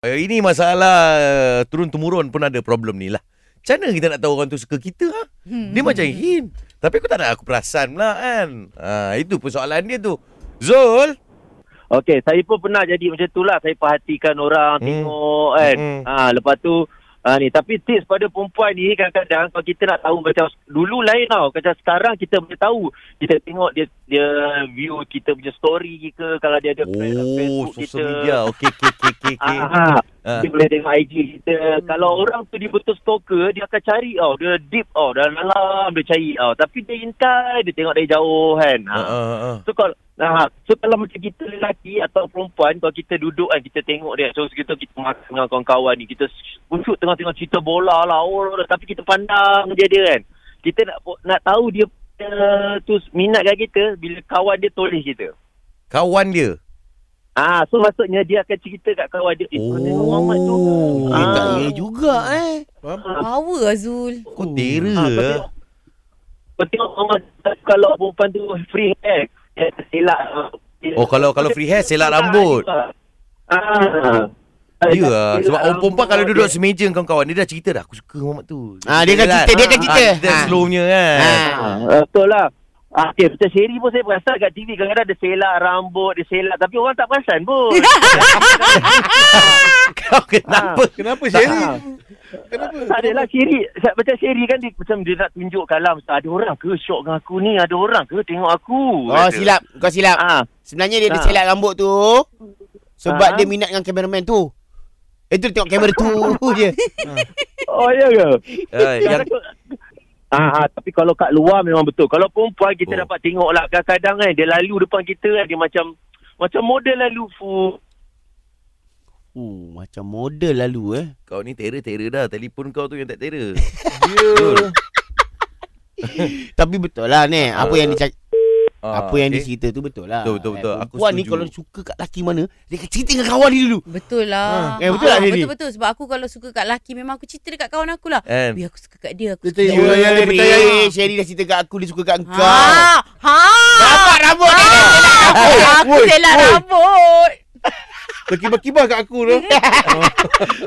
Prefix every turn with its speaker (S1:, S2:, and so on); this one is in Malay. S1: Eh, Ini masalah eh, turun-temurun pun ada problem ni lah. Macam mana kita nak tahu orang tu suka kita? Ha? Hmm. Dia macam hin. Tapi aku tak nak aku perasan pula kan. Ha, itu pun soalan dia tu. Zul.
S2: Okey, saya pun pernah jadi macam tu lah. Saya perhatikan orang,
S1: Hmm.
S2: hmm. tengok kan.
S1: Hmm.
S2: Hmm. Ha, lepas tu, ha, ni. Tapi tips pada perempuan ni kadang-kadang kalau kita nak tahu macam dulu lain tau. Macam sekarang kita boleh tahu. Kita tengok dia dia view kita punya story ke. Kalau dia ada friend kat
S1: Oh, social media. Okey, okey, okey, okey. okey. Ah.
S2: Ah, Dia boleh tengok IG kita. Hmm. Kalau orang tu dia betul stalker, dia akan cari tau. Dia deep tau. Dalam dalam dia cari tau. Tapi dia intai, dia tengok dari jauh kan. Ha.
S1: Ah, ah, ah.
S2: So kalau ha, so kalau macam kita lelaki atau perempuan kalau kita duduk kan kita tengok dia so kita kita makan dengan kawan-kawan ni kita busuk tengah-tengah cerita bola lah oh, oh, oh, tapi kita pandang je dia kan. Kita nak nak tahu dia uh, tu minat kat kita bila kawan dia tulis kita.
S1: Kawan dia.
S2: Ah, so maksudnya dia akan cerita kat kawan dia. Eh, oh. Muhammad tu.
S1: Eh,
S2: Ah.
S1: tak ya juga eh.
S3: Power Azul.
S1: Kau tera. Ha,
S2: Ah, kau tengok- Kau tengok Muhammad kalau perempuan tu free hair, dia selak. ah, dia-
S1: oh, kalau kalau free hair, selak rambut.
S2: Ah.
S1: Ya lah. Sebab
S2: Selak
S1: orang perempuan
S2: rambut
S1: kalau duduk
S2: dia.
S1: semeja dengan kawan-kawan, dia dah cerita dah. Aku suka Muhammad tu.
S4: Ah, dia akan cerita, dia akan cerita.
S1: Ah, cerita
S4: Ah.
S1: slownya kan.
S4: Ah.
S2: Ah, betul lah. Ah, okay, macam Sherry pun saya perasan kat TV kadang-kadang dia selak rambut, dia selak tapi orang tak perasan pun.
S1: Kau kenapa?
S5: Kenapa
S2: Ah. Sherry? Kenapa? Tak adalah Sherry. Sa- Macam Sherry kan dia, macam dia nak tunjukkan lah. Macam, ada orang ke syok dengan aku ni? Ada orang ke tengok aku?
S1: Ah,
S4: Oh silap Kau silap
S2: Ah,
S4: Sebenarnya dia ada
S2: Ah.
S4: selak rambut tu Sebab
S2: Ah.
S4: dia minat dengan kameraman tu Eh tu dia tengok kamera tu je
S2: oh, ya ke?
S1: Ah, yang
S2: Ah, ah, tapi kalau kat luar memang betul. Kalau perempuan kita
S1: Oh.
S2: oh. dapat tengok lah kadang-kadang kan dia lalu depan kita kan dia macam macam model lalu fu.
S4: uh, Macam model lalu eh
S1: Kau ni terror-terror dah. Telefon kau tu yang tak terror.
S4: Tapi betul lah ni Apa yang dia cak-
S1: Ah,
S4: Apa yang dia
S1: okey.
S4: cerita tu betul lah
S1: Betul, betul, betul.
S4: Eh,
S1: Aku
S4: Perempuan ni
S1: setuju.
S4: kalau suka kat laki mana Dia akan cerita dengan kawan dia dulu
S3: Betul lah.
S4: Ha. Eh, betul lah,
S3: Ah,
S4: Riri?
S3: Betul-betul. Sebab aku kalau suka kat laki, memang aku cerita dekat kawan aku lah.
S1: Kan?
S3: Biar aku suka kat dia. Aku
S5: Betul
S3: suka
S5: juga,
S3: dia.
S5: ya. dia percayai.
S4: "Eh, Sherry dah cerita kat aku Dia suka kat
S3: Ha.
S4: kau
S3: Ha.
S4: Nampak rambut dia dah selak
S3: Aku- Aku
S5: Woi,
S3: selak
S5: woi.
S3: rambut.
S5: Terkibah-kibah kat aku tu